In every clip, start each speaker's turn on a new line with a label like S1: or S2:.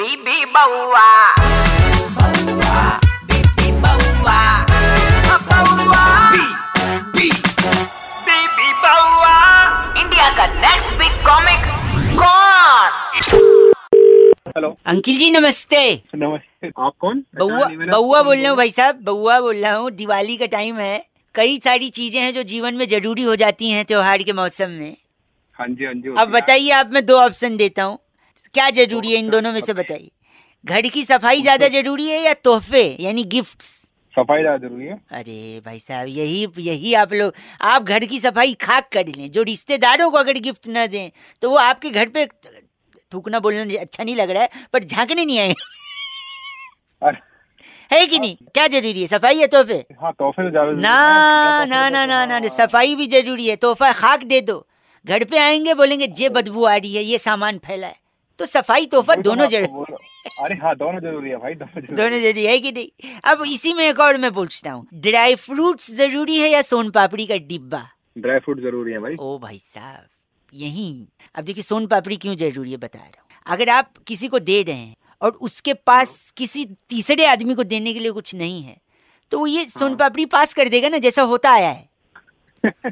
S1: बीबी बउआ बउआ बीबी बउआ बउआ बी बीबी बउआ इंडिया का नेक्स्ट बिग कॉमिक कौन
S2: हेलो
S3: अंकिल जी नमस्ते
S2: नमस्ते आप कौन
S3: बउआ
S2: पहचान नहीं मैंने
S3: बउआ
S2: आपको।
S3: बोल रहा हूँ भाई साहब बउआ बोल रहा हूँ दिवाली का टाइम है कई सारी चीजें हैं जो जीवन में जरूरी हो जाती हैं त्योहार के मौसम में
S2: हाँ जी हाँ जी
S3: अब बताइए आप मैं दो ऑप्शन देता हूँ क्या जरूरी है इन दोनों में से बताइए घर की सफाई ज्यादा जरूरी है या तोहफे यानी गिफ्ट
S2: सफाई ज्यादा जरूरी है
S3: अरे भाई साहब यही यही आप लोग आप घर की सफाई खाक कर लें जो रिश्तेदारों को अगर गिफ्ट ना दें तो वो आपके घर पे थूकना बोलना अच्छा नहीं लग रहा है पर झांकने नहीं आए
S2: अरे
S3: है कि नहीं क्या जरूरी है सफाई या तोहफे
S2: हाँ तोहफे तो ज्यादा जरूरी
S3: ना
S2: है।
S3: ना ना ना ना ना,
S2: हाँ।
S3: सफाई भी जरूरी है तोहफा खाक दे दो घर पे आएंगे बोलेंगे जे बदबू आ रही है ये सामान फैला है तो सफाई तोहफा
S2: वही तो
S3: दोनों
S2: मैं आपको
S3: जरूरी
S2: बोल रहा हूँ। अरे हाँ दोनों जरूरी है भाई दोनों जरूरी
S3: दोनों जरूरी है कि नहीं अब इसी में एक और मैं पूछता हूँ ड्राई फ्रूट्स जरूरी है या सोन पापड़ी का डिब्बा
S2: ड्राई फ्रूट जरूरी है भाई
S3: ओ भाई साहब यही अब देखिए सोन पापड़ी क्यों जरूरी है बता रहा हूँ अगर आप किसी को दे रहे हैं और उसके पास किसी तीसरे आदमी को देने के लिए कुछ नहीं है तो वो ये सोन
S2: हाँ।
S3: पापड़ी पास कर देगा ना जैसा होता आया है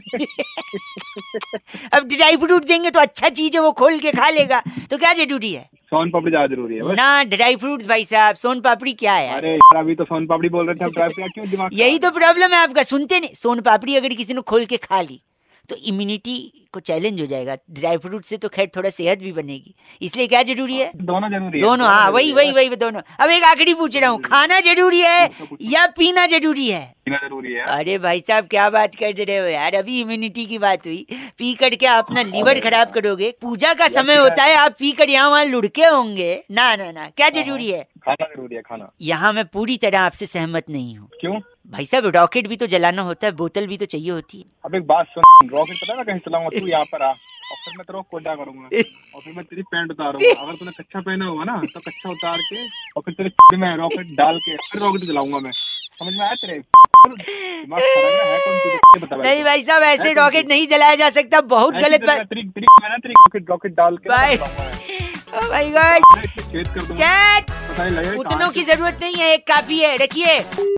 S3: अब ड्राई फ्रूट देंगे तो अच्छा चीज है वो खोल के खा लेगा तो क्या जरूरी है
S2: सोन पापड़ी ज्यादा जरूरी है भाई
S3: ना ड्राई फ्रूट भाई साहब सोन पापड़ी क्या है
S2: अरे यार, अभी तो सोन पापड़ी बोल रहे थे अब ड्राई फ्रूट क्यों दिमाग
S3: यही तो प्रॉब्लम है आपका सुनते नहीं सोन पापड़ी अगर किसी ने खोल के खा ली तो इम्यूनिटी को चैलेंज हो जाएगा ड्राई फ्रूट से तो खैर थोड़ा सेहत भी बनेगी इसलिए क्या जरूरी है
S2: दोनों जरूरी है
S3: तो दोनों हाँ वही
S2: हाँ, तो जरूरी है।
S3: वही
S2: हम्म।
S3: वही वही दोनों अब एक आखिरी पूछ रहा हूँ खाना जरूरी है या पीना जरूरी है
S2: पीना जरूरी है
S3: अरे भाई साहब क्या बात कर रहे हो यार अभी इम्यूनिटी की बात हुई पी कर के आप अपना
S2: हाँ,
S3: लीवर खराब करोगे पूजा का समय होता है आप पी कर यहाँ वहाँ लुढ़के होंगे ना ना ना
S2: हाँ,
S3: क्या जरूरी है
S2: खाना जरूरी है खाना
S3: यहाँ मैं पूरी तरह आपसे सहमत नहीं हूँ
S2: क्यों
S3: भाई साहब रॉकेट भी तो जलाना होता है बोतल भी तो चाहिए होती है
S2: अब एक बात सुन रॉकेट पता है मैं कहीं चलाऊंगा तू यहाँ पर आ और फिर मैं तेरा कोटा करूंगा और फिर मैं तेरी पैंट उतारूंगा अगर तूने कच्चा पहना हुआ ना तो कच्चा उतार के और फिर तेरे में मैं रॉकेट डाल के फिर रॉकेट चलाऊंगा मैं समझ में आया तेरे दिमाग खराब है, है कौन तू? ये बता
S3: नहीं
S2: भाई
S3: भाई साहब ऐसे
S2: बिल्कुल।
S3: रॉकेट नहीं जलाया जा सकता बहुत
S2: ऐसे तो
S3: गलत
S2: तेरे
S3: बात
S2: में तेरी तेरी मैं ना तेरी रॉकेट रॉकेट डाल के
S3: भाई।
S2: चलाऊंगा मैं।
S3: ओ माय गॉड
S2: मैं इसे छेद कर दूंगा
S3: चैट
S2: पता नहीं लगेगा कहाँ
S3: उतनों
S2: से-
S3: की जरूरत नहीं है एक काफी है रखिए